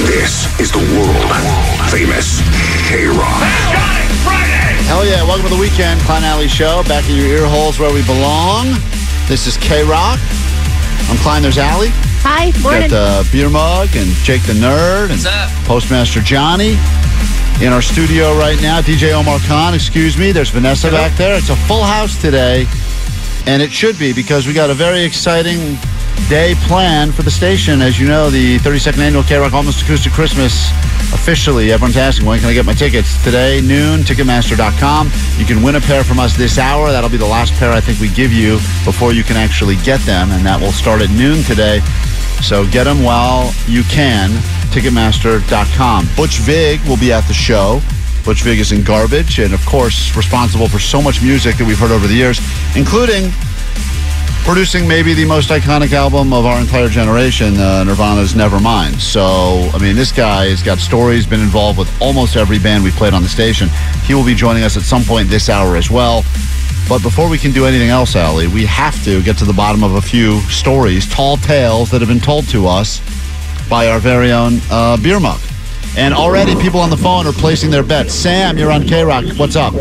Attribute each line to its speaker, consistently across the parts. Speaker 1: This is the world famous K Rock.
Speaker 2: Hell yeah, welcome to the weekend, Klein Alley Show. Back in your ear holes where we belong. This is K Rock. I'm Klein, there's Alley.
Speaker 3: Hi,
Speaker 2: Got the beer mug and Jake the Nerd and Postmaster Johnny in our studio right now. DJ Omar Khan, excuse me. There's Vanessa back there. It's a full house today, and it should be because we got a very exciting day planned for the station. As you know, the 32nd annual K Rock Almost Acoustic Christmas officially. Everyone's asking, when can I get my tickets? Today, noon, Ticketmaster.com. You can win a pair from us this hour. That'll be the last pair I think we give you before you can actually get them, and that will start at noon today. So get them while you can. Ticketmaster.com. Butch Vig will be at the show. Butch Vig is in garbage and, of course, responsible for so much music that we've heard over the years, including producing maybe the most iconic album of our entire generation, uh, Nirvana's Nevermind. So, I mean, this guy has got stories, been involved with almost every band we played on the station. He will be joining us at some point this hour as well. But before we can do anything else, Allie, we have to get to the bottom of a few stories, tall tales that have been told to us by our very own uh, beer mug. And already people on the phone are placing their bets. Sam, you're on K Rock. What's up?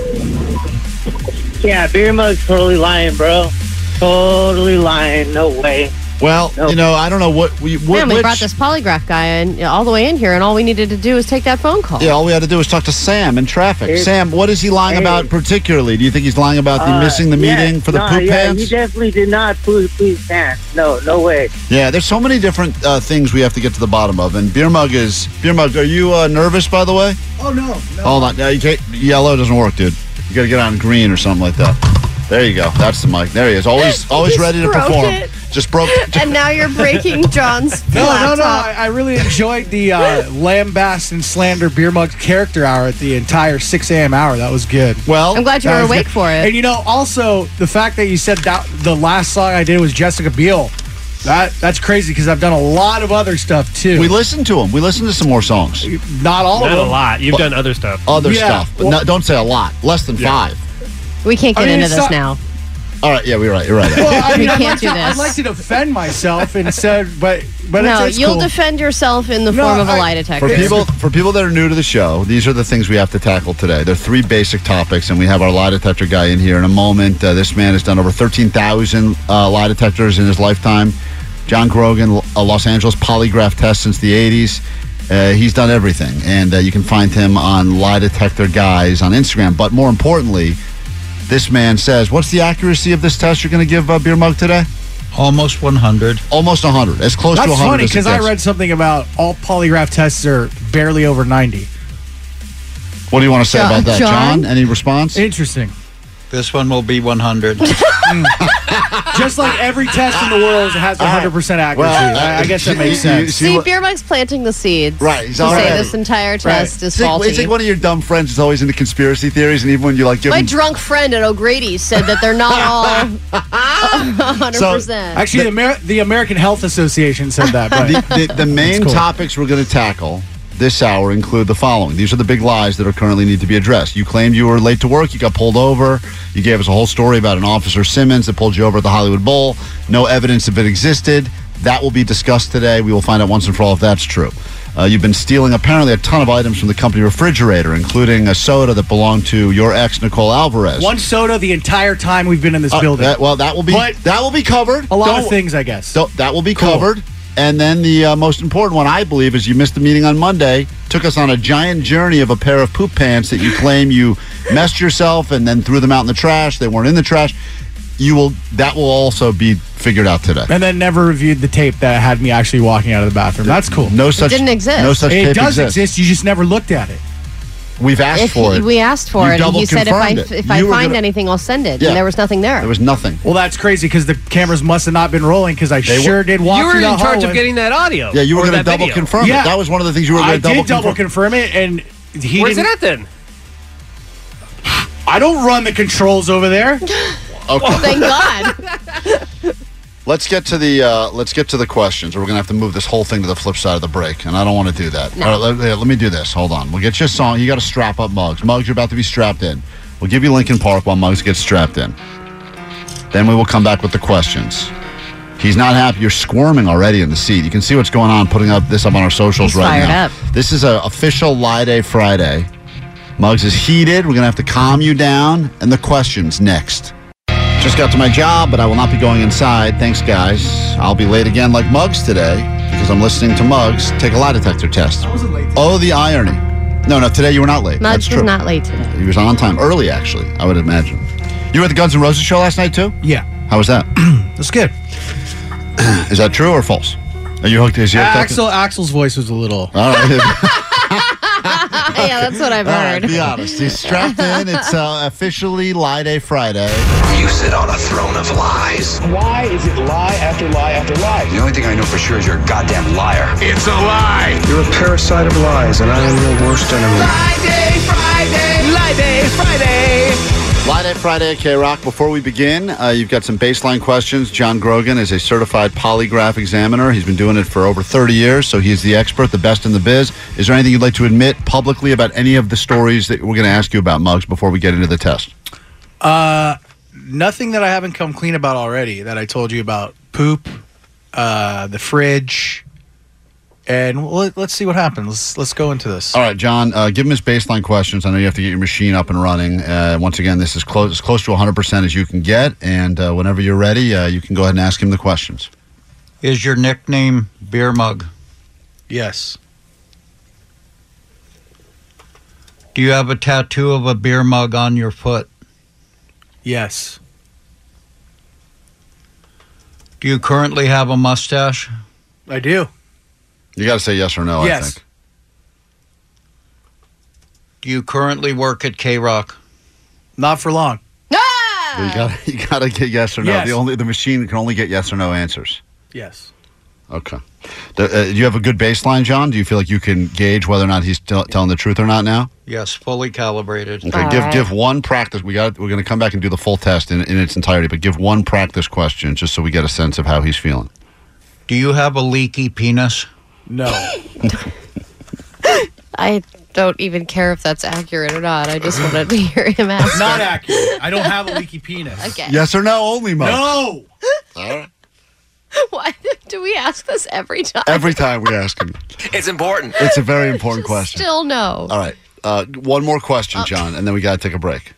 Speaker 4: Yeah, beer mug's totally lying, bro. Totally lying. No way.
Speaker 2: Well,
Speaker 4: No.
Speaker 2: you know, I don't know what we what,
Speaker 3: Man, we
Speaker 2: which-
Speaker 3: brought this polygraph guy in, all the way in here, and all we needed to do was take that phone call.
Speaker 2: Yeah, all we had to do was talk to Sam in traffic.
Speaker 4: Hey.
Speaker 2: Sam, what is he lying
Speaker 4: Hey.
Speaker 2: about particularly? Do you think he's lying about the
Speaker 4: Uh,
Speaker 2: missing the
Speaker 4: yeah,
Speaker 2: meeting for the
Speaker 4: no,
Speaker 2: poop
Speaker 4: yeah,
Speaker 2: pants?
Speaker 4: You definitely did not poop poop pants. No, no way.
Speaker 2: Yeah, there's so many different uh, things we have to get to the bottom of. And beer mug is beer mug. Are you uh, nervous, by the way?
Speaker 5: Oh no, no.
Speaker 2: Hold on, no, you can't, yellow doesn't work, dude. You got to get on green or something like that. There you go. That's the mic. There he is. Always, always
Speaker 3: just
Speaker 2: ready to
Speaker 3: broke
Speaker 2: perform.
Speaker 3: it.
Speaker 2: Just broke.
Speaker 3: And now you're breaking John's
Speaker 5: No, no, no.
Speaker 3: laptop.
Speaker 5: I, I really enjoyed the uh, lambast and slander beer mug character hour at the entire 6 a.m. hour. That was good.
Speaker 2: well,
Speaker 3: I'm glad you
Speaker 5: That
Speaker 3: were
Speaker 5: was
Speaker 3: awake
Speaker 5: good.
Speaker 3: for it.
Speaker 5: And you know, also the fact that you said that the last song I did was Jessica Biel. That that's crazy because I've done a lot of other stuff too.
Speaker 2: we listened to him. We listened to some more songs.
Speaker 5: not all of
Speaker 6: Not a
Speaker 5: them.
Speaker 6: lot. You've done other stuff.
Speaker 2: Other
Speaker 5: Yeah,
Speaker 2: stuff, but
Speaker 5: well-
Speaker 2: not, don't say a lot. Less than five.
Speaker 3: we can't get
Speaker 5: I mean,
Speaker 3: into
Speaker 5: it's
Speaker 3: this
Speaker 5: not-
Speaker 3: now.
Speaker 2: All right. Yeah, we're right. You're right.
Speaker 5: Well, I
Speaker 3: We
Speaker 5: mean, I'd
Speaker 3: can't
Speaker 5: like,
Speaker 3: do
Speaker 5: to, I'd
Speaker 3: this.
Speaker 5: like to defend myself and said, but but
Speaker 3: no,
Speaker 5: it's, it's
Speaker 3: you'll
Speaker 5: cool.
Speaker 3: defend yourself in the
Speaker 5: No,
Speaker 3: form of a
Speaker 5: I-
Speaker 3: lie
Speaker 2: For
Speaker 3: detector.
Speaker 2: people for people that are new to the show, these are the things we have to tackle today. There are three basic topics, and we have our lie detector guy in here in a moment. Uh, this man has done over 13,000 uh, lie detectors in his lifetime. John Grogan, a Los Angeles polygraph test since the 80s. Uh, he's done everything, and uh, you can find him on Lie Detector Guys on Instagram. But more importantly, this man says, "What's the accuracy of this test you're going to give uh, Beer Mug today?
Speaker 7: Almost 100.
Speaker 2: Almost 100, as close to
Speaker 5: That's
Speaker 2: 100
Speaker 5: funny
Speaker 2: as it
Speaker 5: because I
Speaker 2: gets.
Speaker 5: read something about all polygraph tests are barely over 90.
Speaker 2: What do you want to say
Speaker 3: John-
Speaker 2: about that, John?
Speaker 3: John?
Speaker 2: Any response?
Speaker 5: Interesting. Hmm.
Speaker 7: This one will be 100.
Speaker 5: Just like every test in the world has 100 percent accuracy.
Speaker 2: uh,
Speaker 5: I, I guess that makes
Speaker 2: you- you-
Speaker 5: sense.
Speaker 3: See,
Speaker 2: you-
Speaker 3: Beer Mug's planting the seeds.
Speaker 2: Right, he's
Speaker 3: To say
Speaker 2: already-
Speaker 3: this entire test is
Speaker 2: It's like,
Speaker 3: faulty.
Speaker 2: it's like one of your dumb friends is always into conspiracy theories, and even when you like give
Speaker 3: My
Speaker 2: him,
Speaker 3: drunk friend at O'Grady said that they're not all 100%.
Speaker 5: Actually, the, Amer- the American Health Association said that. But
Speaker 2: the, the, the main
Speaker 5: That's cool.
Speaker 2: topics we're going to tackle this hour include the following. These are the big lies that are currently need to be addressed. You claimed you were late to work, you got pulled over. You gave us a whole story about an officer Simmons that pulled you over at the Hollywood Bowl. No evidence of it existed. That will be discussed today. We will find out once and for all if that's true. Uh, you've been stealing apparently a ton of items from the company refrigerator, including a soda that belonged to your ex Nicole Alvarez.
Speaker 5: one soda the entire time we've been in this
Speaker 2: Uh,
Speaker 5: building.
Speaker 2: that- well, that will be
Speaker 5: But-
Speaker 2: that will be covered.
Speaker 5: a lot
Speaker 2: Don't-
Speaker 5: of things, I guess.
Speaker 2: So that will be covered. And then the uh, most important one, I believe, is you missed the meeting on Monday. Took us on a giant journey of a pair of poop pants that you claim you messed yourself and then threw them out in the trash. They weren't in the trash. You will. That will also be figured out today.
Speaker 5: And then never reviewed the tape that had me actually walking out of the bathroom. That's cool.
Speaker 2: No such
Speaker 3: didn't exist.
Speaker 2: No such
Speaker 5: It
Speaker 2: tape
Speaker 5: does
Speaker 2: exists.
Speaker 5: exist. You just never looked at it.
Speaker 2: We've asked
Speaker 3: If
Speaker 2: for
Speaker 3: he-
Speaker 2: it.
Speaker 3: we asked for
Speaker 2: You
Speaker 3: it, and
Speaker 2: double
Speaker 3: he said if I
Speaker 2: confirmed it.
Speaker 3: if I
Speaker 2: You
Speaker 3: find
Speaker 2: were gonna-
Speaker 3: anything, I'll send it.
Speaker 2: Yeah.
Speaker 3: And there was nothing there.
Speaker 2: there was nothing.
Speaker 5: Well, that's crazy because the cameras must have not been rolling because I
Speaker 2: were-
Speaker 5: sure did walk
Speaker 6: you were
Speaker 5: through
Speaker 6: in
Speaker 5: that
Speaker 6: charge
Speaker 5: hallway.
Speaker 6: of getting that audio.
Speaker 2: Oh, Yeah, you were
Speaker 6: or
Speaker 2: going to
Speaker 6: that
Speaker 2: double
Speaker 6: video.
Speaker 2: confirm
Speaker 5: Yeah.
Speaker 2: it. That was one of the things you were
Speaker 5: I
Speaker 2: going to double
Speaker 5: did double
Speaker 2: confirm.
Speaker 5: confirm it, and he
Speaker 6: Where's it
Speaker 5: didn't.
Speaker 6: at then?
Speaker 5: I don't run the controls over there.
Speaker 3: Thank God.
Speaker 2: Let's get to the uh, let's get to the questions, or we're gonna have to move this whole thing to the flip side of the break, and I don't want to do that. All right, let, yeah, let me do this. Hold on, we'll get you a song. You got to strap up, Mugs. Mugs, you're about to be strapped in. We'll give you Lincoln Park while Mugs gets strapped in. Then we will come back with the questions. He's not happy. You're squirming already in the seat. You can see what's going on. Putting up this up on our socials
Speaker 3: He's
Speaker 2: right
Speaker 3: fired
Speaker 2: now.
Speaker 3: up.
Speaker 2: This is a official Lie Day Friday. Muggs is heated. We're gonna have to calm you down, and the questions next. Just got to my job, but I will not be going inside. Thanks, guys. I'll be late again like Muggs today because I'm listening to Muggs take a lie detector test. Oh, the irony. No, no, today you were not late. That's
Speaker 3: Mudge
Speaker 2: true.
Speaker 3: was not late today.
Speaker 2: He was on time, early actually, I would imagine. You were at the Guns N' Roses show last night too?
Speaker 5: Yeah,
Speaker 2: How was that?
Speaker 5: that's good.
Speaker 2: Is that true or false? Are you hooked? Is you hooked up to-
Speaker 5: Axel, Axel's voice was a little.
Speaker 2: All right.
Speaker 3: yeah, that's what I've
Speaker 2: All right,
Speaker 3: heard.
Speaker 2: be honest. He's strapped in. It's uh, officially Lie Day Friday.
Speaker 1: You sit on a throne of lies.
Speaker 8: Why is it lie after lie after lie?
Speaker 1: The only thing I know for sure is you're a goddamn liar. It's a lie.
Speaker 8: You're a parasite of lies, and I am your worst enemy.
Speaker 2: Lie Day Friday at K Rock. Before we begin, uh, you've got some baseline questions. John Grogan is a certified polygraph examiner. He's been doing it for over 30 years, so he's the expert, the best in the biz. Is there anything you'd like to admit publicly about any of the stories that we're going to ask you about, Muggs, before we get into the test?
Speaker 9: nothing that I haven't come clean about already that I told you about poop, uh, the fridge, and let, let's see what happens. Let's, let's go into this.
Speaker 2: All right, John, uh, give him his baseline questions. I know you have to get your machine up and running. Uh, once again, this is close, as close to 100% as you can get. And uh, whenever you're ready, uh, you can go ahead and ask him the questions.
Speaker 7: Is your nickname Beer Mug?
Speaker 9: Yes,
Speaker 7: Do you have a tattoo of a beer mug on your foot?
Speaker 9: yes,
Speaker 7: Do you currently have a mustache?
Speaker 9: I do.
Speaker 2: You got to say yes or no, I
Speaker 9: Yes.
Speaker 2: think.
Speaker 7: Do you currently work at K Rock?
Speaker 9: Not for long.
Speaker 2: You got to you got to get yes or no.
Speaker 9: Yes.
Speaker 2: The only the machine can only get yes or no answers.
Speaker 9: Yes,
Speaker 2: Okay. Do, uh, do you have a good baseline, John? Do you feel like you can gauge whether or not he's tell telling the truth or not now?
Speaker 7: Yes, fully calibrated.
Speaker 2: Okay.
Speaker 3: All
Speaker 2: give
Speaker 3: right.
Speaker 2: give one practice. We got we're going to come back and do the full test in, in its entirety, but give one practice question just so we get a sense of how he's feeling.
Speaker 7: Do you have a leaky penis?
Speaker 9: no.
Speaker 3: I don't even care if that's accurate or not. I just wanted to hear him ask.
Speaker 9: Not accurate. I don't have a leaky penis.
Speaker 3: Okay.
Speaker 2: Yes or no only, Mo.
Speaker 9: No.
Speaker 3: Why do we ask this every time?
Speaker 2: Every time we ask him,
Speaker 8: It's important.
Speaker 2: it's a very important question.
Speaker 3: Still no.
Speaker 2: All right. Uh, one more question, John, and then we got to take a break.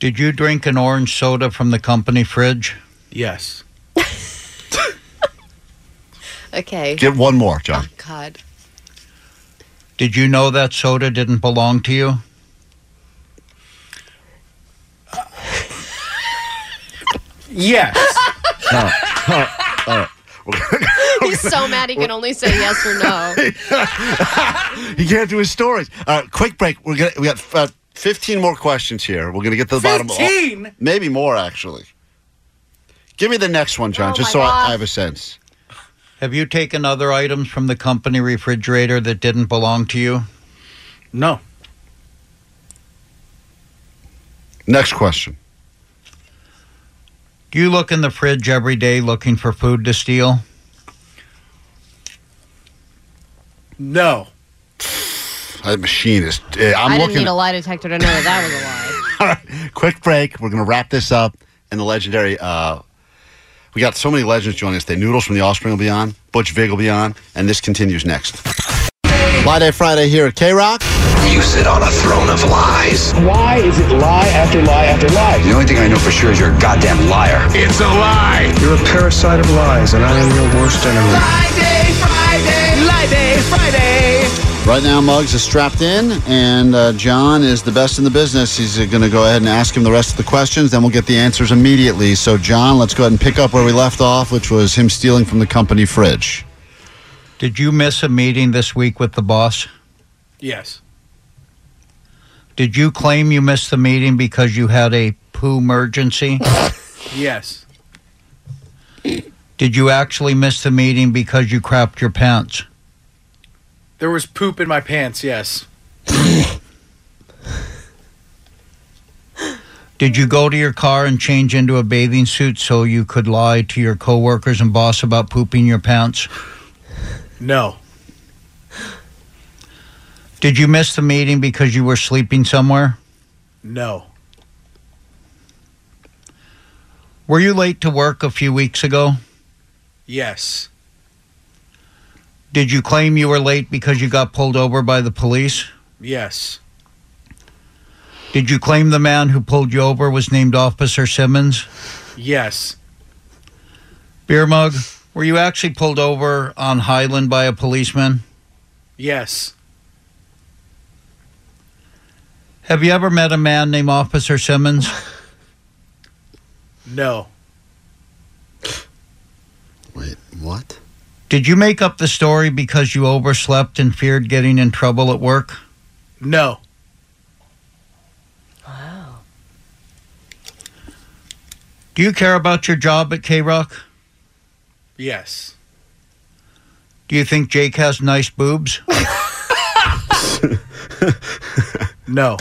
Speaker 7: Did you drink an orange soda from the company fridge?
Speaker 9: Yes.
Speaker 3: Okay.
Speaker 2: Uh, Get one more, John.
Speaker 3: God.
Speaker 7: Did you know that soda didn't belong to you?
Speaker 9: Yes.
Speaker 3: He's so mad he can only say yes or no.
Speaker 2: He can't do his stories. All right, quick break. We're gonna we got uh, fifteen more questions here. We're gonna get to the bottom of all,
Speaker 9: Fifteen.
Speaker 2: maybe more actually. Give me the next one, John,
Speaker 3: Oh,
Speaker 2: just
Speaker 3: my
Speaker 2: so I,
Speaker 3: God.
Speaker 2: I have a sense.
Speaker 7: Have you taken other items from the company refrigerator that didn't belong to you?
Speaker 9: No.
Speaker 2: Next question.
Speaker 7: Do you look in the fridge every day looking for food to steal?
Speaker 9: No.
Speaker 2: That machine is. eh, I'm
Speaker 3: I didn't
Speaker 2: looking.
Speaker 3: need a lie detector to know that that was a lie.
Speaker 2: quick break. We're gonna wrap this up. And the legendary. Uh, we got so many legends joining us. They noodles from the offspring will be on. Butch Vig will be on, and this continues next. Lie Day Friday here at K Rock.
Speaker 1: You sit on a throne of lies.
Speaker 8: Why is it lie after lie after lie?
Speaker 1: The only thing I know for sure is you're a goddamn liar. It's a lie.
Speaker 8: You're a parasite of lies, and I am your worst enemy.
Speaker 2: Right now, Muggs is strapped in, and uh, John is the best in the business. He's going to go ahead and ask him the rest of the questions, then we'll get the answers immediately. So, John, let's go ahead and pick up where we left off, which was him stealing from the company fridge.
Speaker 7: Did you miss a meeting this week with the boss?
Speaker 9: Yes.
Speaker 7: Did you claim you missed the meeting because you had a poo emergency?
Speaker 9: Yes.
Speaker 7: Did you actually miss the meeting because you crapped your pants?
Speaker 9: There was poop in my pants. Yes.
Speaker 7: Did you go to your car and change into a bathing suit so you could lie to your coworkers and boss about pooping your pants?
Speaker 9: No.
Speaker 7: Did you miss the meeting because you were sleeping somewhere?
Speaker 9: No.
Speaker 7: Were you late to work a few weeks ago?
Speaker 9: Yes.
Speaker 7: Did you claim you were late because you got pulled over by the police?
Speaker 9: Yes.
Speaker 7: Did you claim the man who pulled you over was named Officer Simmons?
Speaker 9: Yes.
Speaker 7: Beer mug, were you actually pulled over on Highland by a policeman?
Speaker 9: Yes.
Speaker 7: Have you ever met a man named Officer Simmons?
Speaker 9: No.
Speaker 2: Wait, what?
Speaker 7: Did you make up the story because you overslept and feared getting in trouble at work?
Speaker 9: No.
Speaker 3: Wow.
Speaker 7: Do you care about your job at K Rock?
Speaker 9: Yes.
Speaker 7: Do you think Jake has nice boobs?
Speaker 9: No.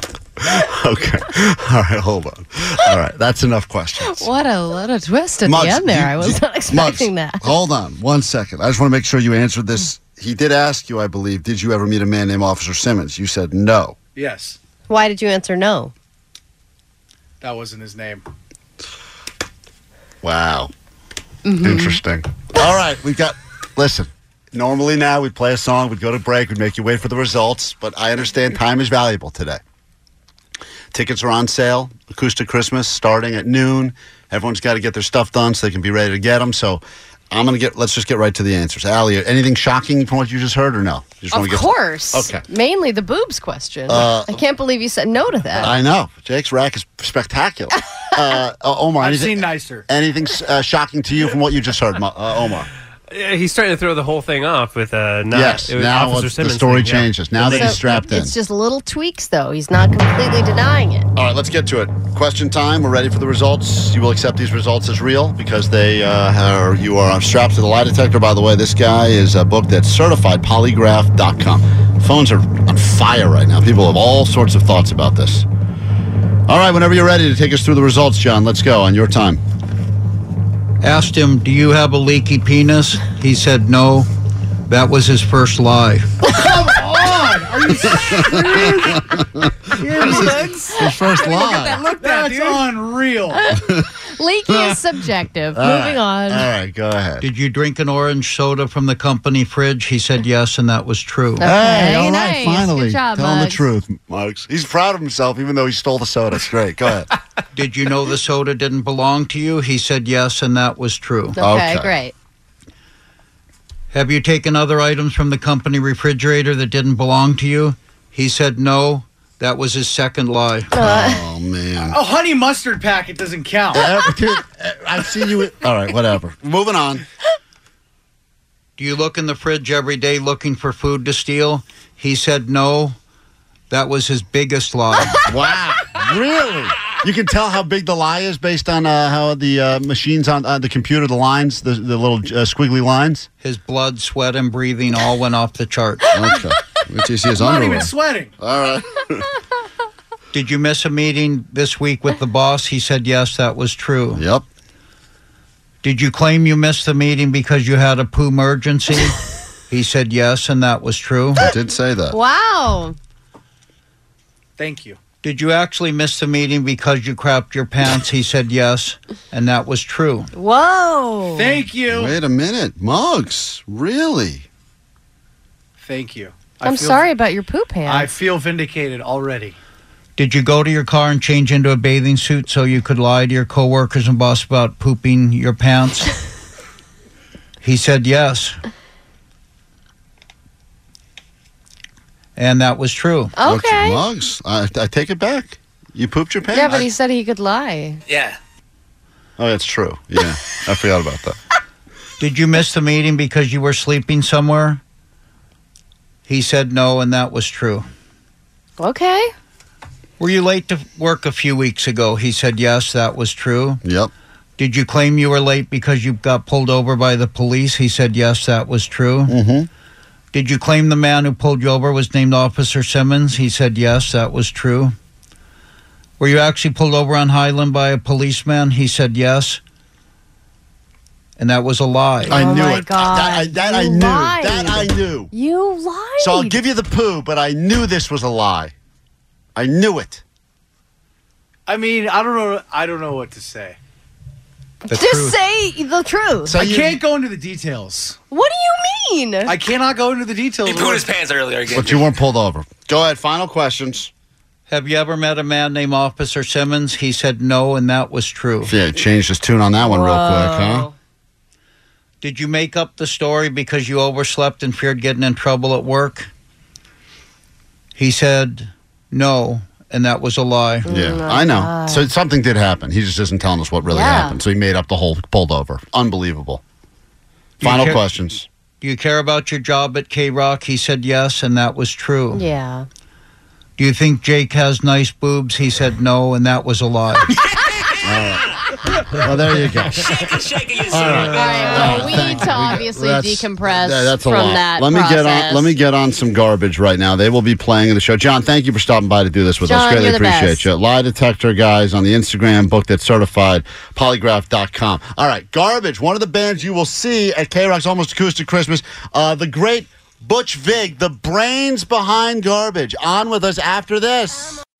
Speaker 2: Okay. All right, hold on. All right, that's enough questions.
Speaker 6: What a what a twist at
Speaker 2: Muggs,
Speaker 6: the end there.
Speaker 2: you-
Speaker 6: I was not
Speaker 2: Muggs,
Speaker 6: expecting that.
Speaker 2: Hold on one second. I just want to make sure you answered this. He did ask you, I believe, did you ever meet a man named Officer Simmons? You said no.
Speaker 9: Yes.
Speaker 3: Why did you answer no?
Speaker 9: That wasn't his name.
Speaker 2: Wow. Interesting. All right, we've got. Listen, normally now we'd play a song, we'd go to break, we'd make you wait for the results, but I understand time is valuable today. Tickets are on sale, Acoustic Christmas, starting at noon. Everyone's got to get their stuff done so they can be ready to get them. So I'm going to get, let's just get right to the answers. Allie, anything shocking from what you just heard or no? You just
Speaker 6: Of
Speaker 2: wanna get-
Speaker 6: course.
Speaker 2: Okay.
Speaker 6: Mainly the boobs question. I can't believe you said no to that.
Speaker 2: I know. Jake's rack is spectacular. uh, uh, Omar,
Speaker 9: I've
Speaker 2: anything,
Speaker 9: seen nicer.
Speaker 2: anything uh, shocking to you from what you just heard, Mo- uh, Omar?
Speaker 10: Yeah, he's trying to throw the whole thing off with uh, not,
Speaker 2: yes.
Speaker 10: it was
Speaker 2: Now
Speaker 10: Officer
Speaker 2: it's- the
Speaker 10: Simmons
Speaker 2: story
Speaker 10: thing, yeah.
Speaker 2: changes. Now that
Speaker 6: So,
Speaker 2: he's strapped in.
Speaker 6: It's just little tweaks, though. He's not completely denying it.
Speaker 2: All right, let's get to it. Question time. We're ready for the results. You will accept these results as real because they uh, are, you are strapped to the lie detector. By the way, this guy is uh, booked at certifiedpolygraph.com. Phones are on fire right now. People have all sorts of thoughts about this. All right, whenever you're ready to take us through the results, John, let's go on your time.
Speaker 7: Asked him, Do you have a leaky penis? He said, No. That was his first lie.
Speaker 2: His first lie.
Speaker 6: look
Speaker 5: That's unreal.
Speaker 6: Leaky is subjective. Moving on.
Speaker 2: All right, go ahead.
Speaker 7: Did you drink an orange soda from the company fridge? He said, Yes, and that was true.
Speaker 2: Hey,
Speaker 6: Okay,
Speaker 2: all right,
Speaker 6: nice.
Speaker 2: finally.
Speaker 6: Good job,
Speaker 2: Telling the
Speaker 6: Muggs.
Speaker 2: truth, Muggs. He's proud of himself, even though he stole the soda. It's great. Go ahead.
Speaker 7: Did you know the soda didn't belong to you? He said, Yes, and that was true.
Speaker 6: Okay,
Speaker 2: Okay.
Speaker 6: great.
Speaker 7: Have you taken other items from the company refrigerator that didn't belong to you? He said, No. That was his second lie.
Speaker 2: oh, man.
Speaker 5: A honey mustard packet doesn't count.
Speaker 2: Uh, dude, uh, I've seen you. All right, whatever. Moving on.
Speaker 7: Do you look in the fridge every day looking for food to steal? He said, No. That was his biggest lie.
Speaker 2: Wow, really? You can tell how big the lie is based on uh, how the uh, machines on uh, the computer, the lines, the, the little uh, squiggly lines.
Speaker 7: His blood, sweat, and breathing all went off the chart.
Speaker 2: Okay. Which is his
Speaker 5: I'm not even sweating.
Speaker 2: All right.
Speaker 7: Did you miss a meeting this week with the boss? He said, Yes, that was true.
Speaker 2: Yep.
Speaker 7: Did you claim you missed the meeting because you had a poo emergency? he said, Yes, and that was true.
Speaker 2: I did say
Speaker 6: Uh,
Speaker 2: that.
Speaker 6: Wow.
Speaker 9: Thank you.
Speaker 7: Did you actually miss the meeting because you crapped your pants? He said, Yes, and that was true.
Speaker 6: Whoa.
Speaker 9: Thank you.
Speaker 2: Wait a minute, Muggs. Really?
Speaker 9: Thank you.
Speaker 7: I
Speaker 6: I'm
Speaker 7: feel-
Speaker 6: sorry about your poop hand.
Speaker 9: I feel vindicated already.
Speaker 7: Did you go to your car and change into a bathing suit so you could lie to your coworkers and boss about pooping your pants? he said yes. And that was true.
Speaker 6: Okay.
Speaker 2: Mugs, I, I take it back. You pooped your pants.
Speaker 6: yeah, but he said he could lie.
Speaker 7: Yeah.
Speaker 2: Oh, that's true. Yeah, I forgot about that.
Speaker 7: Did you miss the meeting because you were sleeping somewhere? He said no, and that was true.
Speaker 6: Okay.
Speaker 7: Were you late to work a few weeks ago? He said yes, that was true.
Speaker 2: Yep.
Speaker 7: Did you claim you were late because you got pulled over by the police? He said yes, that was true. Mm-hmm. Did you claim the man who pulled you over was named Officer Simmons? He said yes, that was true. Were you actually pulled over on Highland by a policeman? He said yes. And that was a lie.
Speaker 2: I knew it. That, I, that I
Speaker 6: Oh You
Speaker 2: knew.
Speaker 6: lied.
Speaker 2: That I knew.
Speaker 6: You lied.
Speaker 2: So I'll give you the poo, but I knew this was a lie. I knew it.
Speaker 9: I mean, I don't know. I don't know what to say.
Speaker 2: The
Speaker 6: Just say the truth.
Speaker 9: I can't go into the details.
Speaker 6: What do you mean?
Speaker 9: I cannot go into the details.
Speaker 2: He pooed his
Speaker 7: pants earlier again.
Speaker 2: But you weren't pulled over. Go ahead. Final questions.
Speaker 7: Have you ever met a man named Officer Simmons? He said no, and that was true.
Speaker 2: Yeah, changed his tune on that one real quick, huh?
Speaker 7: Did you make up the story because you overslept and feared getting in trouble at work? He said no, and that was a lie.
Speaker 2: Yeah, I know. So something did happen. He just isn't telling us what really
Speaker 7: Yeah.
Speaker 2: happened. So he made up the whole pulled over. Unbelievable.
Speaker 7: You
Speaker 2: Final
Speaker 7: care-
Speaker 2: questions.
Speaker 7: Do you care about your job at K Rock? He said yes, and that was true.
Speaker 6: Yeah.
Speaker 7: Do you think Jake has nice boobs? He said no, and that was a lie.
Speaker 2: Well, Oh, there you go. Uh, Oh,
Speaker 3: we need to obviously
Speaker 2: That's-
Speaker 3: decompress
Speaker 2: Yeah, that's a
Speaker 3: from
Speaker 2: lot.
Speaker 3: that.
Speaker 2: let me get
Speaker 3: process.
Speaker 2: on. Let me get on some garbage right now. They will be playing in the show. John, thank you for stopping by to do this with us.
Speaker 3: John,
Speaker 2: Greatly
Speaker 3: you're the
Speaker 2: appreciate
Speaker 3: best.
Speaker 2: you. Lie detector guys on the Instagram. Booked at certified polygraph.com. All right, garbage. One of the bands you will see at K Rock's Almost Acoustic Christmas. Uh, the great Butch Vig, the brains behind garbage. On with us after this.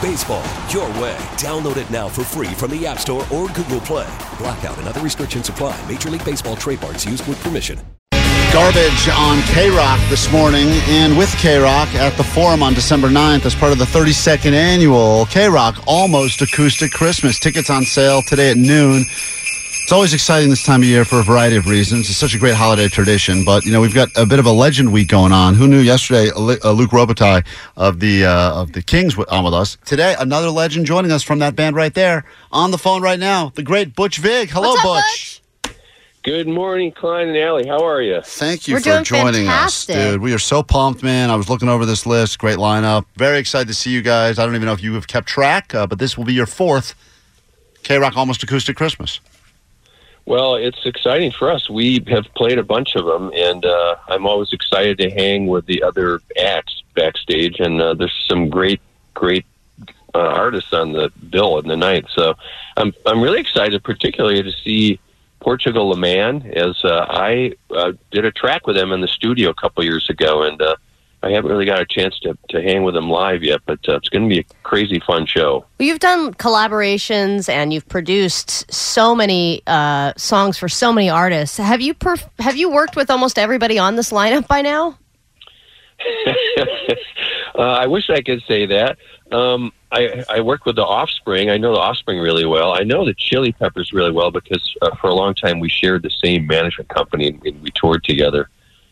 Speaker 11: Baseball, your way. Download it now for free from the App Store or Google Play. Blackout and other restrictions apply. Major League Baseball trademarks used with permission.
Speaker 2: Garbage on K Rock this morning and with K Rock at the Forum on December 9th as part of the 32nd annual K Rock Almost Acoustic Christmas. Tickets on sale today at noon. It's always exciting this time of year for a variety of reasons. It's such a great holiday tradition, but you know we've got a bit of a legend week going on. Who knew yesterday? uh, Lu- uh, Luke Robitaille of the uh, of the Kings w- on with us today. Another legend joining us from that band right there on the phone right now. The great Butch Vig. Hello, Butch?
Speaker 12: Good morning, Klein and Allie. How are you?
Speaker 2: Thank you for joining us, dude. We are so pumped, man. I was looking over this list. Great lineup. Very excited to see you guys. I don't even know if you have kept track, uh, but this will be your fourth K Rock Almost Acoustic Christmas.
Speaker 12: Well, it's exciting for us. We have played a bunch of them, and uh, I'm always excited to hang with the other acts backstage. And uh, there's some great, great uh, artists on the bill in the night. So I'm I'm really excited, particularly to see Portugal Le Man, as uh, I uh, did a track with them in the studio a couple years ago, and uh, I haven't really got a chance to to hang with them live yet. But uh, it's going to be a crazy fun show.
Speaker 3: You've done collaborations and you've produced so many uh, songs for so many artists. Have you perf- have you worked with almost everybody on this lineup by now?
Speaker 12: uh, I wish I could say that. Um, I, I work with the Offspring. I know the Offspring really well. I know the Chili Peppers really well because uh, for a long time we shared the same management company and, we toured together.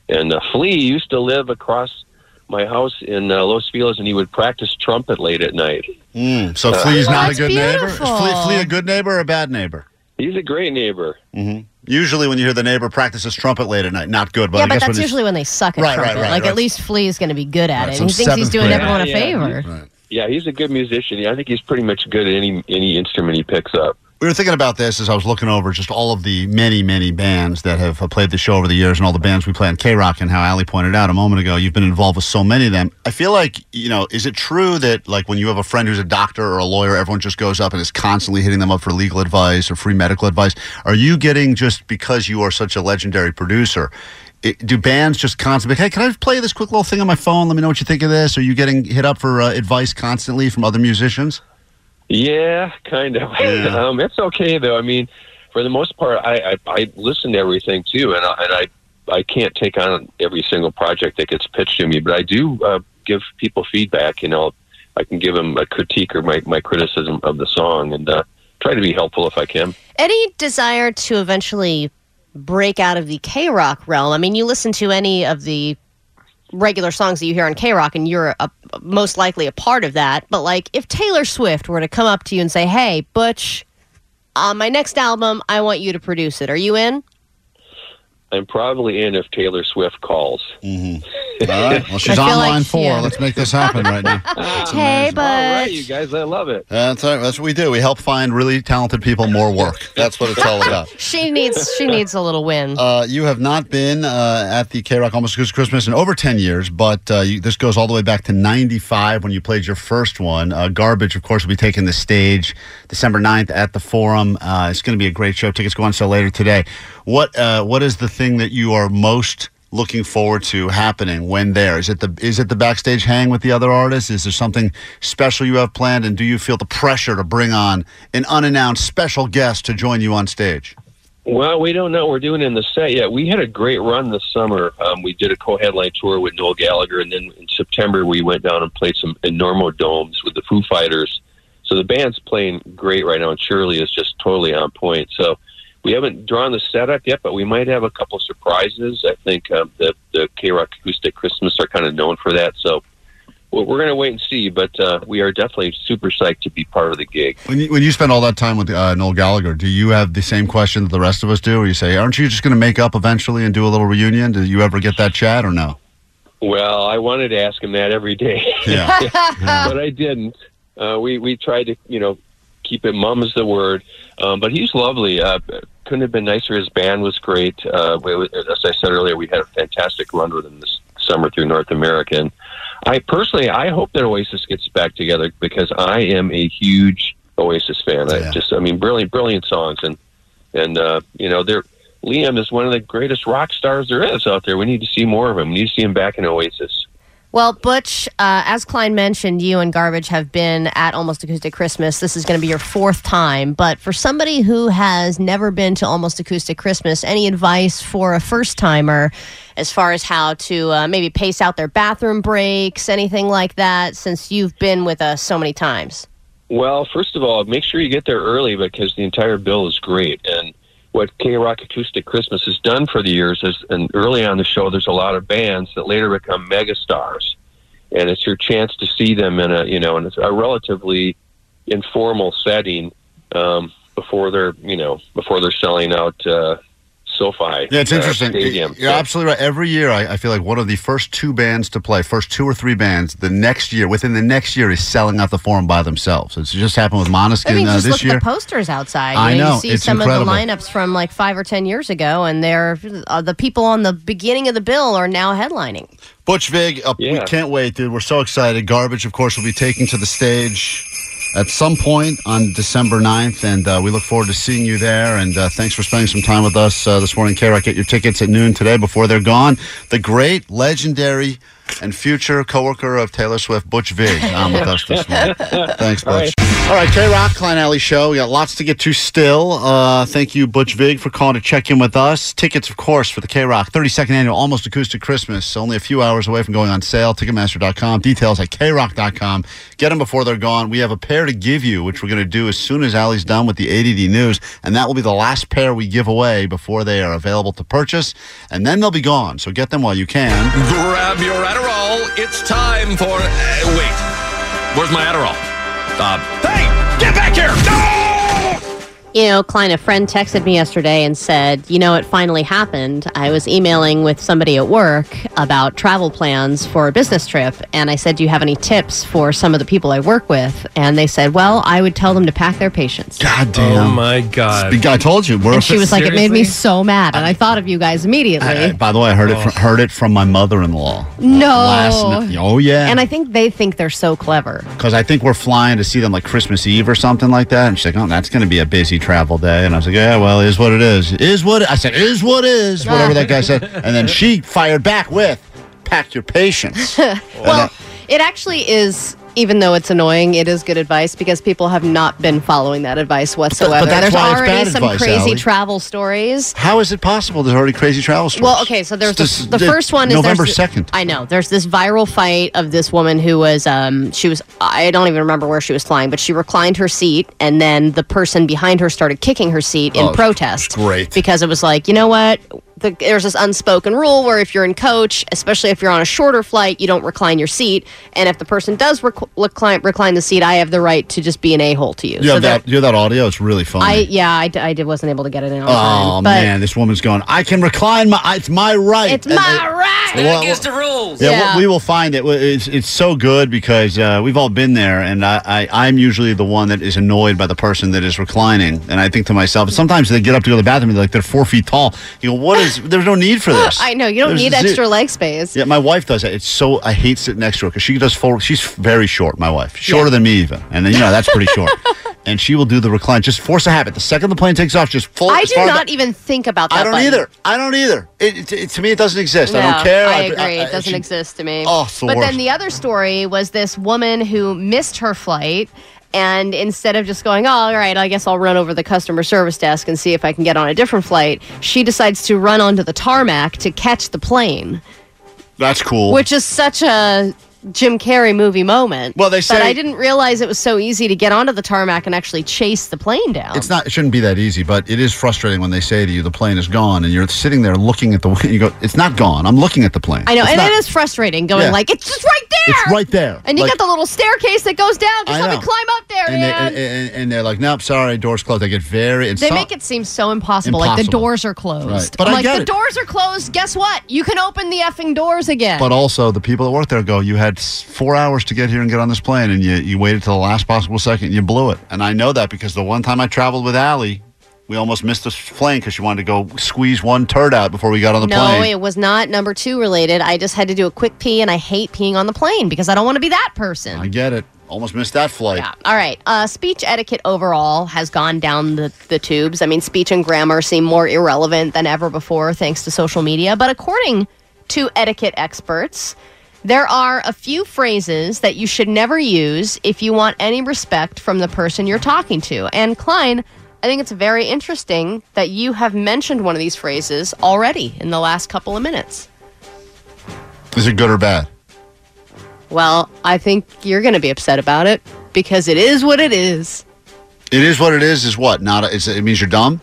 Speaker 12: And uh, Flea used to live across my house in uh, Los Feliz, and he would practice trumpet late at night.
Speaker 2: Mm, so
Speaker 12: Uh,
Speaker 2: Flea's
Speaker 12: Well,
Speaker 2: not a
Speaker 12: that's
Speaker 2: good neighbor. Is Flea,
Speaker 12: beautiful.
Speaker 2: Flea a good neighbor or a bad neighbor?
Speaker 12: He's a great neighbor.
Speaker 2: Mm-hmm. Usually, when you hear the neighbor practices trumpet late at night, not good. But
Speaker 3: yeah,
Speaker 2: I
Speaker 3: but
Speaker 2: guess
Speaker 3: that's
Speaker 2: when it's-
Speaker 3: usually when they suck at
Speaker 2: Right, right,
Speaker 3: trumpet.
Speaker 2: right,
Speaker 3: like
Speaker 2: right.
Speaker 3: at least Flea's going to be good at
Speaker 2: Right,
Speaker 3: it.
Speaker 2: some
Speaker 3: And he thinks he's
Speaker 2: seventh
Speaker 3: doing
Speaker 2: grade.
Speaker 3: everyone a
Speaker 12: Yeah, yeah.
Speaker 3: favor.
Speaker 12: Yeah, he's a good musician. I think he's pretty much good at any any instrument he picks up.
Speaker 2: We were thinking about this as I was looking over just all of the many, many bands that have uh, played the show over the years and all the bands we play on K Rock and how Ali pointed out a moment ago, you've been involved with so many of them. I feel like, you know, is it true that, like, when you have a friend who's a doctor or a lawyer, everyone just goes up and is constantly hitting them up for legal advice or free medical advice? Are you getting just because you are such a legendary producer? It, do bands just constantly, hey, can I play this quick little thing on my phone? Let me know what you think of this. Are you getting hit up for uh, advice constantly from other musicians?
Speaker 12: Yeah, kind of. um, it's okay though. I mean, for the most part, I, I I listen to everything too, and I, and I I can't take on every single project that gets pitched to me, but I do uh, give people feedback. You know, I can give them a critique or my my criticism of the song, and uh, try to be helpful if I can.
Speaker 3: Any desire to eventually break out of the K Rock realm? I mean, you listen to any of the regular songs that you hear on K Rock, and you're a, most likely a part of that. But, like, if Taylor Swift were to come up to you and say, Hey, Butch, on my next album, I want you to produce it, are you in?
Speaker 12: I'm probably in if Taylor Swift calls.
Speaker 2: Mm-hmm. All right. Well, she's
Speaker 12: I
Speaker 2: on
Speaker 12: feel like
Speaker 2: line
Speaker 12: she-
Speaker 2: four.
Speaker 12: yeah.
Speaker 2: Let's make this happen right now.
Speaker 3: hey,
Speaker 12: Oh, All right,
Speaker 3: Butch.
Speaker 12: you guys, I love it.
Speaker 2: That's all right. That's what we do. We help find really talented people more work. That's what it's all about.
Speaker 3: She needs she needs a little
Speaker 12: Oh,
Speaker 3: win.
Speaker 2: Uh, you have not been uh, at the K Rock Almost Acoustic Christmas in over 10 years, but uh, you, this goes all the way back to 95 when you played your first one. Uh, Garbage, of course, will be taking the stage December 9th at the Forum. Uh, it's going to be a great show. Tickets go on sale later today. What uh, What is the thing that you are most looking forward to happening when there? Is it the Is it the backstage hang with the other artists? Is there something special you have planned? And do you feel the pressure to bring on an unannounced special guest to join you on stage?
Speaker 12: Well, we don't know what we're doing in the set yet. We had a great run this summer. Um, we did a co-headline tour with Noel Gallagher, and then in September we went down and played some Enormo Domes with the Foo Fighters. So the band's playing great right now, and Shirley is just totally on point. So we haven't drawn the setup yet, but we might have a couple surprises. I think um, the the K Rock Acoustic Christmas are kind of known for that. So we're, we're going to wait and see, but uh, we are definitely super psyched to be part of the gig.
Speaker 2: When you, when you spend all that time with uh, Noel Gallagher, do you have the same question that the rest of us do? Where you say, aren't you just going to make up eventually and do a little reunion? Do you ever get that chat or no?
Speaker 12: Well, I wanted to ask him that every day.
Speaker 2: Yeah.
Speaker 12: but I didn't. Uh, we we tried to you know keep it mum is the word, um, but he's lovely. Uh, couldn't have been nicer. His band was great. Uh, we, as I said earlier, we had a fantastic run with him this summer through North America. And I personally, I hope that Oasis gets back together because I am a huge Oasis fan. I just, I mean, brilliant, brilliant songs, and and uh, you know, they're. Liam is one of the greatest rock stars there is out there. We need to see more of him. We need to see him back in Oasis.
Speaker 3: Well, Butch, uh, as Klein mentioned, you and Garbage have been at Almost Acoustic Christmas. This is going to be your fourth time. But for somebody who has never been to Almost Acoustic Christmas, any advice for a first timer as far as how to uh, maybe pace out their bathroom breaks, anything like that, since you've been with us so many times?
Speaker 12: Well, first of all, make sure you get there early because the entire bill is great. And what K Rock Acoustic Christmas has done for the years is, and early on in the show, there's a lot of bands that later become megastars, and it's your chance to see them in a you know in a relatively informal setting um, before they're you know before they're selling out uh, SoFi.
Speaker 2: Yeah, it's
Speaker 12: uh,
Speaker 2: interesting.
Speaker 12: stadium.
Speaker 2: You're absolutely right. Every year, I, I feel like one of the first two bands to play, first two or three bands, the next year, within the next year, is selling out the forum by themselves. It's just happened with Måneskin
Speaker 3: I mean,
Speaker 2: uh,
Speaker 3: just
Speaker 2: this
Speaker 3: look
Speaker 2: year.
Speaker 3: at the posters outside.
Speaker 2: I
Speaker 3: you
Speaker 2: know,
Speaker 3: You see
Speaker 2: it's
Speaker 3: some
Speaker 2: incredible.
Speaker 3: of the lineups from like five or ten years ago, and they're uh, the people on the beginning of the bill are now headlining.
Speaker 2: Butch Vig, uh, we can't wait, dude. We're so excited. Garbage, of course, will be taken to the stage at some point on December 9th, and uh, we look forward to seeing you there. And uh, thanks for spending some time with us uh, this morning, K-Rock. Get your tickets at noon today before they're gone. The great, legendary, and future coworker of Taylor Swift, Butch Vig, on with us this morning. Thanks, Butch. All right, K Rock, Klein Alley Show. We got lots to get to still. Uh, thank you, Butch Vig, for calling to check in with us. Tickets, of course, for the K Rock 32nd annual Almost Acoustic Christmas. Only a few hours away from going on sale. Ticketmaster.com. Details at krock.com. Get them before they're gone. We have a pair to give you, which we're going to do as soon as Allie's done with the ADD news. And that will be the last pair we give away before they are available to purchase. And then they'll be gone. So get them while you can.
Speaker 11: Grab your
Speaker 13: Adderall, it's time for. uh, wait, where's my Adderall? Uh, hey, get back here!
Speaker 3: You know, Klein, a friend texted me yesterday and said, you know, it finally happened. I was emailing with somebody at work about travel plans for a business trip. And I said, do you have any tips for some of the people I work with? And they said, well, I would tell them to pack their patience.
Speaker 2: God damn.
Speaker 10: Oh my god.
Speaker 2: I told you. We're
Speaker 3: and she was like, it made me so mad. And I thought of you guys immediately.
Speaker 2: I- by the way, I heard it from, heard it from my mother-in-law.
Speaker 3: no.
Speaker 2: Last night. Oh yeah.
Speaker 3: And I think they think they're so clever.
Speaker 2: because I think we're flying to see them like Christmas Eve or something like that. And she's like, "Oh, that's going to be a busy travel day." And I was like, "Yeah, well, it is what it is. It Is what it-" I said. Is what is whatever that guy said." And then she fired back with, "Pack your patience."
Speaker 3: well, it actually is. Even though it's annoying, it is good advice because people have not been following that advice whatsoever.
Speaker 2: that's
Speaker 3: There's
Speaker 2: why it's
Speaker 3: already
Speaker 2: bad
Speaker 3: some
Speaker 2: advice,
Speaker 3: crazy
Speaker 2: Ally.
Speaker 3: travel stories.
Speaker 2: How is it possible? There's already crazy travel stories.
Speaker 3: Well, okay, so there's
Speaker 2: This-
Speaker 3: the, the
Speaker 2: this-
Speaker 3: first one is there's
Speaker 2: November
Speaker 3: the-
Speaker 2: 2nd.
Speaker 3: I know there's this viral fight of this woman who was um she was I don't even remember where she was flying, but she reclined her seat and then the person behind her started kicking her seat in
Speaker 14: Oh,
Speaker 3: protest.
Speaker 14: great.
Speaker 3: because it was like you know what. The, there's this unspoken rule where if you're in coach, especially if you're on a shorter flight, you don't recline your seat. And if the person does rec- recline, recline the seat, I have the right to just be an a hole to you.
Speaker 2: You have
Speaker 3: there-
Speaker 2: that. You have that audio. It's really funny.
Speaker 3: I yeah, I, d- I did, wasn't able to get it in. On
Speaker 2: oh
Speaker 3: time, but
Speaker 2: man, this woman's going. I can recline my. It's my right.
Speaker 3: It's
Speaker 2: And
Speaker 3: my
Speaker 2: it-
Speaker 3: right.
Speaker 2: Well, They're against
Speaker 3: the rules.
Speaker 2: Yeah, well, we will find it. Well, It's, it's so good because uh, we've all been there, and I, I, I'm usually the one that is annoyed by the person that is reclining. And I think to myself, sometimes they get up to go to the bathroom, and they're like they're four feet tall. You go, what is? There's no need for this.
Speaker 3: I know you don't
Speaker 2: There's
Speaker 3: need
Speaker 2: ze-
Speaker 3: extra leg space.
Speaker 2: Yeah, my wife does that. It's so I hate sitting next to her because she does four. She's very short. My wife, shorter than me even, and then you know that's pretty short. And she will do the recline. Just force a habit. The second the plane takes off, just full.
Speaker 3: I
Speaker 2: as
Speaker 3: do
Speaker 2: far as the-
Speaker 3: not even think about that.
Speaker 2: I don't
Speaker 3: button.
Speaker 2: either. I don't either. It, it, it- to me, it doesn't exist. I don't
Speaker 3: No,
Speaker 2: care.
Speaker 3: I agree. it doesn't
Speaker 2: she-
Speaker 3: exist to me.
Speaker 2: Oh, it's the
Speaker 3: but
Speaker 2: worst.
Speaker 3: then the other story was this woman who missed her flight. And instead of just going, oh, all right, I guess I'll run over the customer service desk and see if I can get on a different flight, she decides to run onto the tarmac to catch the plane,
Speaker 2: That's cool.
Speaker 3: which is such a Jim Carrey movie moment.
Speaker 2: Well, they
Speaker 3: But
Speaker 2: say-
Speaker 3: I didn't realize it was so easy to get onto the tarmac and actually chase the plane down.
Speaker 2: It's not. It shouldn't be that easy, but it is frustrating when they say to you, "The plane is gone," and you're sitting there looking at the. You go, "It's not gone. I'm looking at the plane."
Speaker 3: I know,
Speaker 2: It's
Speaker 3: and
Speaker 2: not-
Speaker 3: it is frustrating going
Speaker 2: Yeah.
Speaker 3: like, it's just right there.
Speaker 2: It's right there.
Speaker 3: And you
Speaker 2: Like,
Speaker 3: got the little staircase that goes down. Just
Speaker 2: I
Speaker 3: let me
Speaker 2: know.
Speaker 3: climb up there,
Speaker 2: and,
Speaker 3: man.
Speaker 2: They, and, and- and they're like, "Nope, sorry, doors closed." They get very. It's
Speaker 3: they
Speaker 2: so-
Speaker 3: make it seem so impossible. Like the
Speaker 2: Impossible.
Speaker 3: doors are closed.
Speaker 2: Right. But
Speaker 3: I'm
Speaker 2: I
Speaker 3: like,
Speaker 2: get
Speaker 3: the
Speaker 2: it.
Speaker 3: doors are closed. Guess what? You can open the effing doors again.
Speaker 2: But also, the people that work there go, "You had s- four hours to get here and get on this plane, and you you waited till the last possible second, and you blew it." And I know that because the one time I traveled with Allie. We almost missed this plane because she wanted to go squeeze one turd out before we got on the
Speaker 3: no,
Speaker 2: plane.
Speaker 3: it was not number two related. I just had to do a quick pee, and I hate peeing on the plane because I don't want to be that person.
Speaker 2: I get it. Almost missed that flight.
Speaker 3: All right. Uh, speech etiquette overall has gone down the, the tubes. I mean, speech and grammar seem more irrelevant than ever before thanks to social media. But according to etiquette experts, there are a few phrases that you should never use if you want any respect from the person you're talking to. And Klein, I think it's very interesting that you have mentioned one of these phrases already in the last couple of minutes.
Speaker 2: Is it good or bad?
Speaker 3: Well, I think you're going to be upset about it because it is what it is.
Speaker 2: It is what it is. Is what not? It's, it means you're dumb.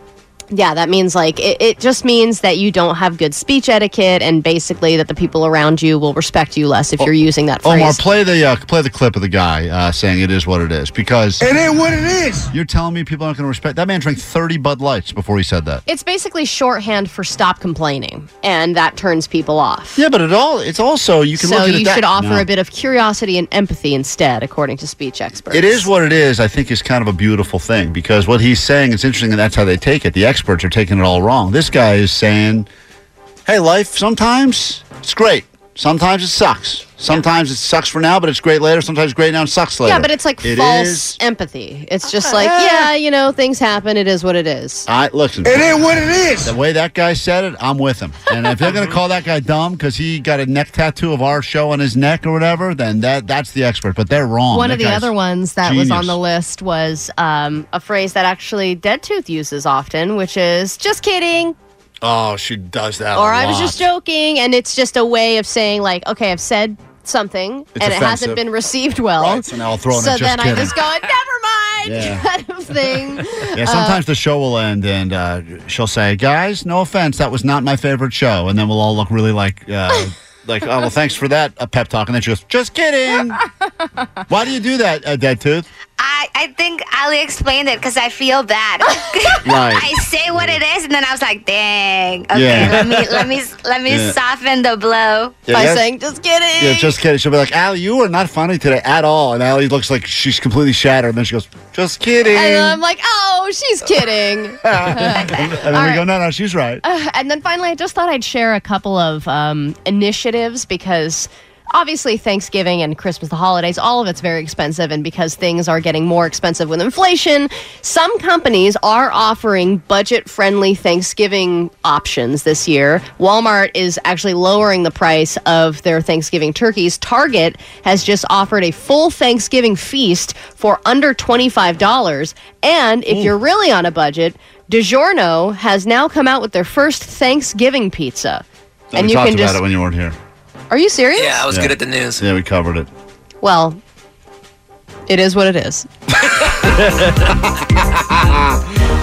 Speaker 3: Yeah, that means like it, it just means that you don't have good speech etiquette, and basically that the people around you will respect you less
Speaker 2: Oh,
Speaker 3: if you're using that phrase.
Speaker 2: Omar, play the uh, play the clip of the guy uh, saying it is what it is because it is what it is. You're telling me people aren't going to respect that man drank 30 Bud Lights before he said that.
Speaker 3: It's basically shorthand for stop complaining, and that turns people off.
Speaker 2: Yeah, but it all it's also you can
Speaker 3: so
Speaker 2: look at it
Speaker 3: you
Speaker 2: that-
Speaker 3: should offer
Speaker 2: No.
Speaker 3: a bit of curiosity and empathy instead, according to speech experts.
Speaker 2: It is what it is. I think is kind of a beautiful thing because what he's saying is interesting, and that's how they take it. The experts are taking it all wrong. This guy is saying, "Hey, life. Sometimes it's great. Sometimes it sucks. Sometimes it sucks for now, but it's great later. Sometimes it's great now and sucks later."
Speaker 3: Yeah, but it's like
Speaker 2: It
Speaker 3: false
Speaker 2: is-
Speaker 3: empathy. It's just like, yeah, you know, things happen. It is what it is.
Speaker 2: I listen.
Speaker 3: It is what it
Speaker 2: is. The way that guy said it, I'm with him. And if you're going to call that guy dumb because he got a neck tattoo of our show on his neck or whatever, then that that's the expert. But they're wrong.
Speaker 3: One
Speaker 2: Oh, That
Speaker 3: of the
Speaker 2: guy's-
Speaker 3: other ones that was
Speaker 2: genius.
Speaker 3: on the list was um, a phrase that actually Dead Tooth uses often, which is "just kidding"
Speaker 2: Oh, she does that. a
Speaker 3: or "I was
Speaker 2: lot.
Speaker 3: just joking," and it's just a way of saying like, "Okay, I've said something
Speaker 2: It's
Speaker 3: and it
Speaker 2: offensive.
Speaker 3: hasn't been received well."
Speaker 2: Right, so now I'll throw in a
Speaker 3: So
Speaker 2: "just
Speaker 3: then I
Speaker 2: kidding."
Speaker 3: just go, "Never mind,"
Speaker 2: Yeah.
Speaker 3: kind of thing.
Speaker 2: Yeah, sometimes the
Speaker 3: uh,
Speaker 2: show will end and uh, she'll say, "Guys, no offense, that was not my favorite show," and then we'll all look really like uh, like, oh, well, thanks for that uh, pep talk. And then she goes, just kidding. Why do you do that, uh, Dead Tooth?
Speaker 15: I, I think Ali explained it because I feel bad.
Speaker 2: Right.
Speaker 15: I say what it is, and then I was like, "Dang, okay,
Speaker 2: Yeah.
Speaker 15: let me let me let me
Speaker 2: Yeah.
Speaker 15: soften the blow
Speaker 2: Yeah,
Speaker 15: by
Speaker 2: that's-
Speaker 15: saying just kidding."
Speaker 2: Yeah, just kidding. She'll be like, Allie, you are not funny today at all. And Allie looks like she's completely shattered. And then she goes, just kidding.
Speaker 3: And then I'm like, oh, she's kidding.
Speaker 2: and then we go, no, no, she's right.
Speaker 3: Uh, and then finally, I just thought I'd share a couple of um, initiatives because obviously Thanksgiving and Christmas, the holidays, all of it's very expensive. And because things are getting more expensive with inflation, some companies are offering budget friendly Thanksgiving options this year. Walmart is actually lowering the price of their Thanksgiving turkeys. Target has just offered a full Thanksgiving feast for under $25. And if you're really on a budget, DiGiorno has now come out with their first Thanksgiving pizza.
Speaker 2: And we talked about it when you weren't here.
Speaker 3: Are you serious?
Speaker 2: Yeah, I was good at
Speaker 16: the news.
Speaker 2: Yeah, we covered it.
Speaker 3: Well, it is what it is.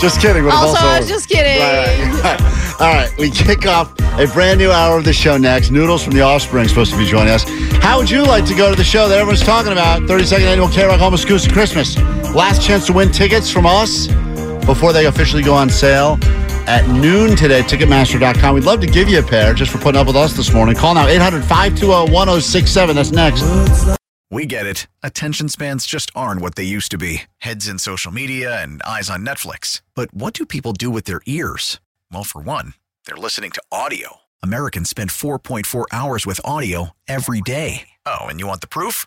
Speaker 2: just kidding. but it's
Speaker 3: Also,
Speaker 2: also
Speaker 3: I was just kidding.
Speaker 2: Right, right, right. All right, we kick off a brand new hour of the show next. Noodles from The Offspring is supposed to be joining us. How would you like to go to the show that everyone's talking about? 30 Second Annual K Rock Home Schools Christmas. Last chance to win tickets from us before they officially go on sale at noon today, Ticketmaster.com. We'd love to give you a pair just for putting up with us this morning. Call now 800 520 1067. That's next.
Speaker 11: We get it. Attention spans just aren't what they used to be heads in social media and eyes on Netflix. But what do people do with their ears? Well, for one, they're listening to audio. Americans spend 4.4 hours with audio every day. Oh, and you want the proof?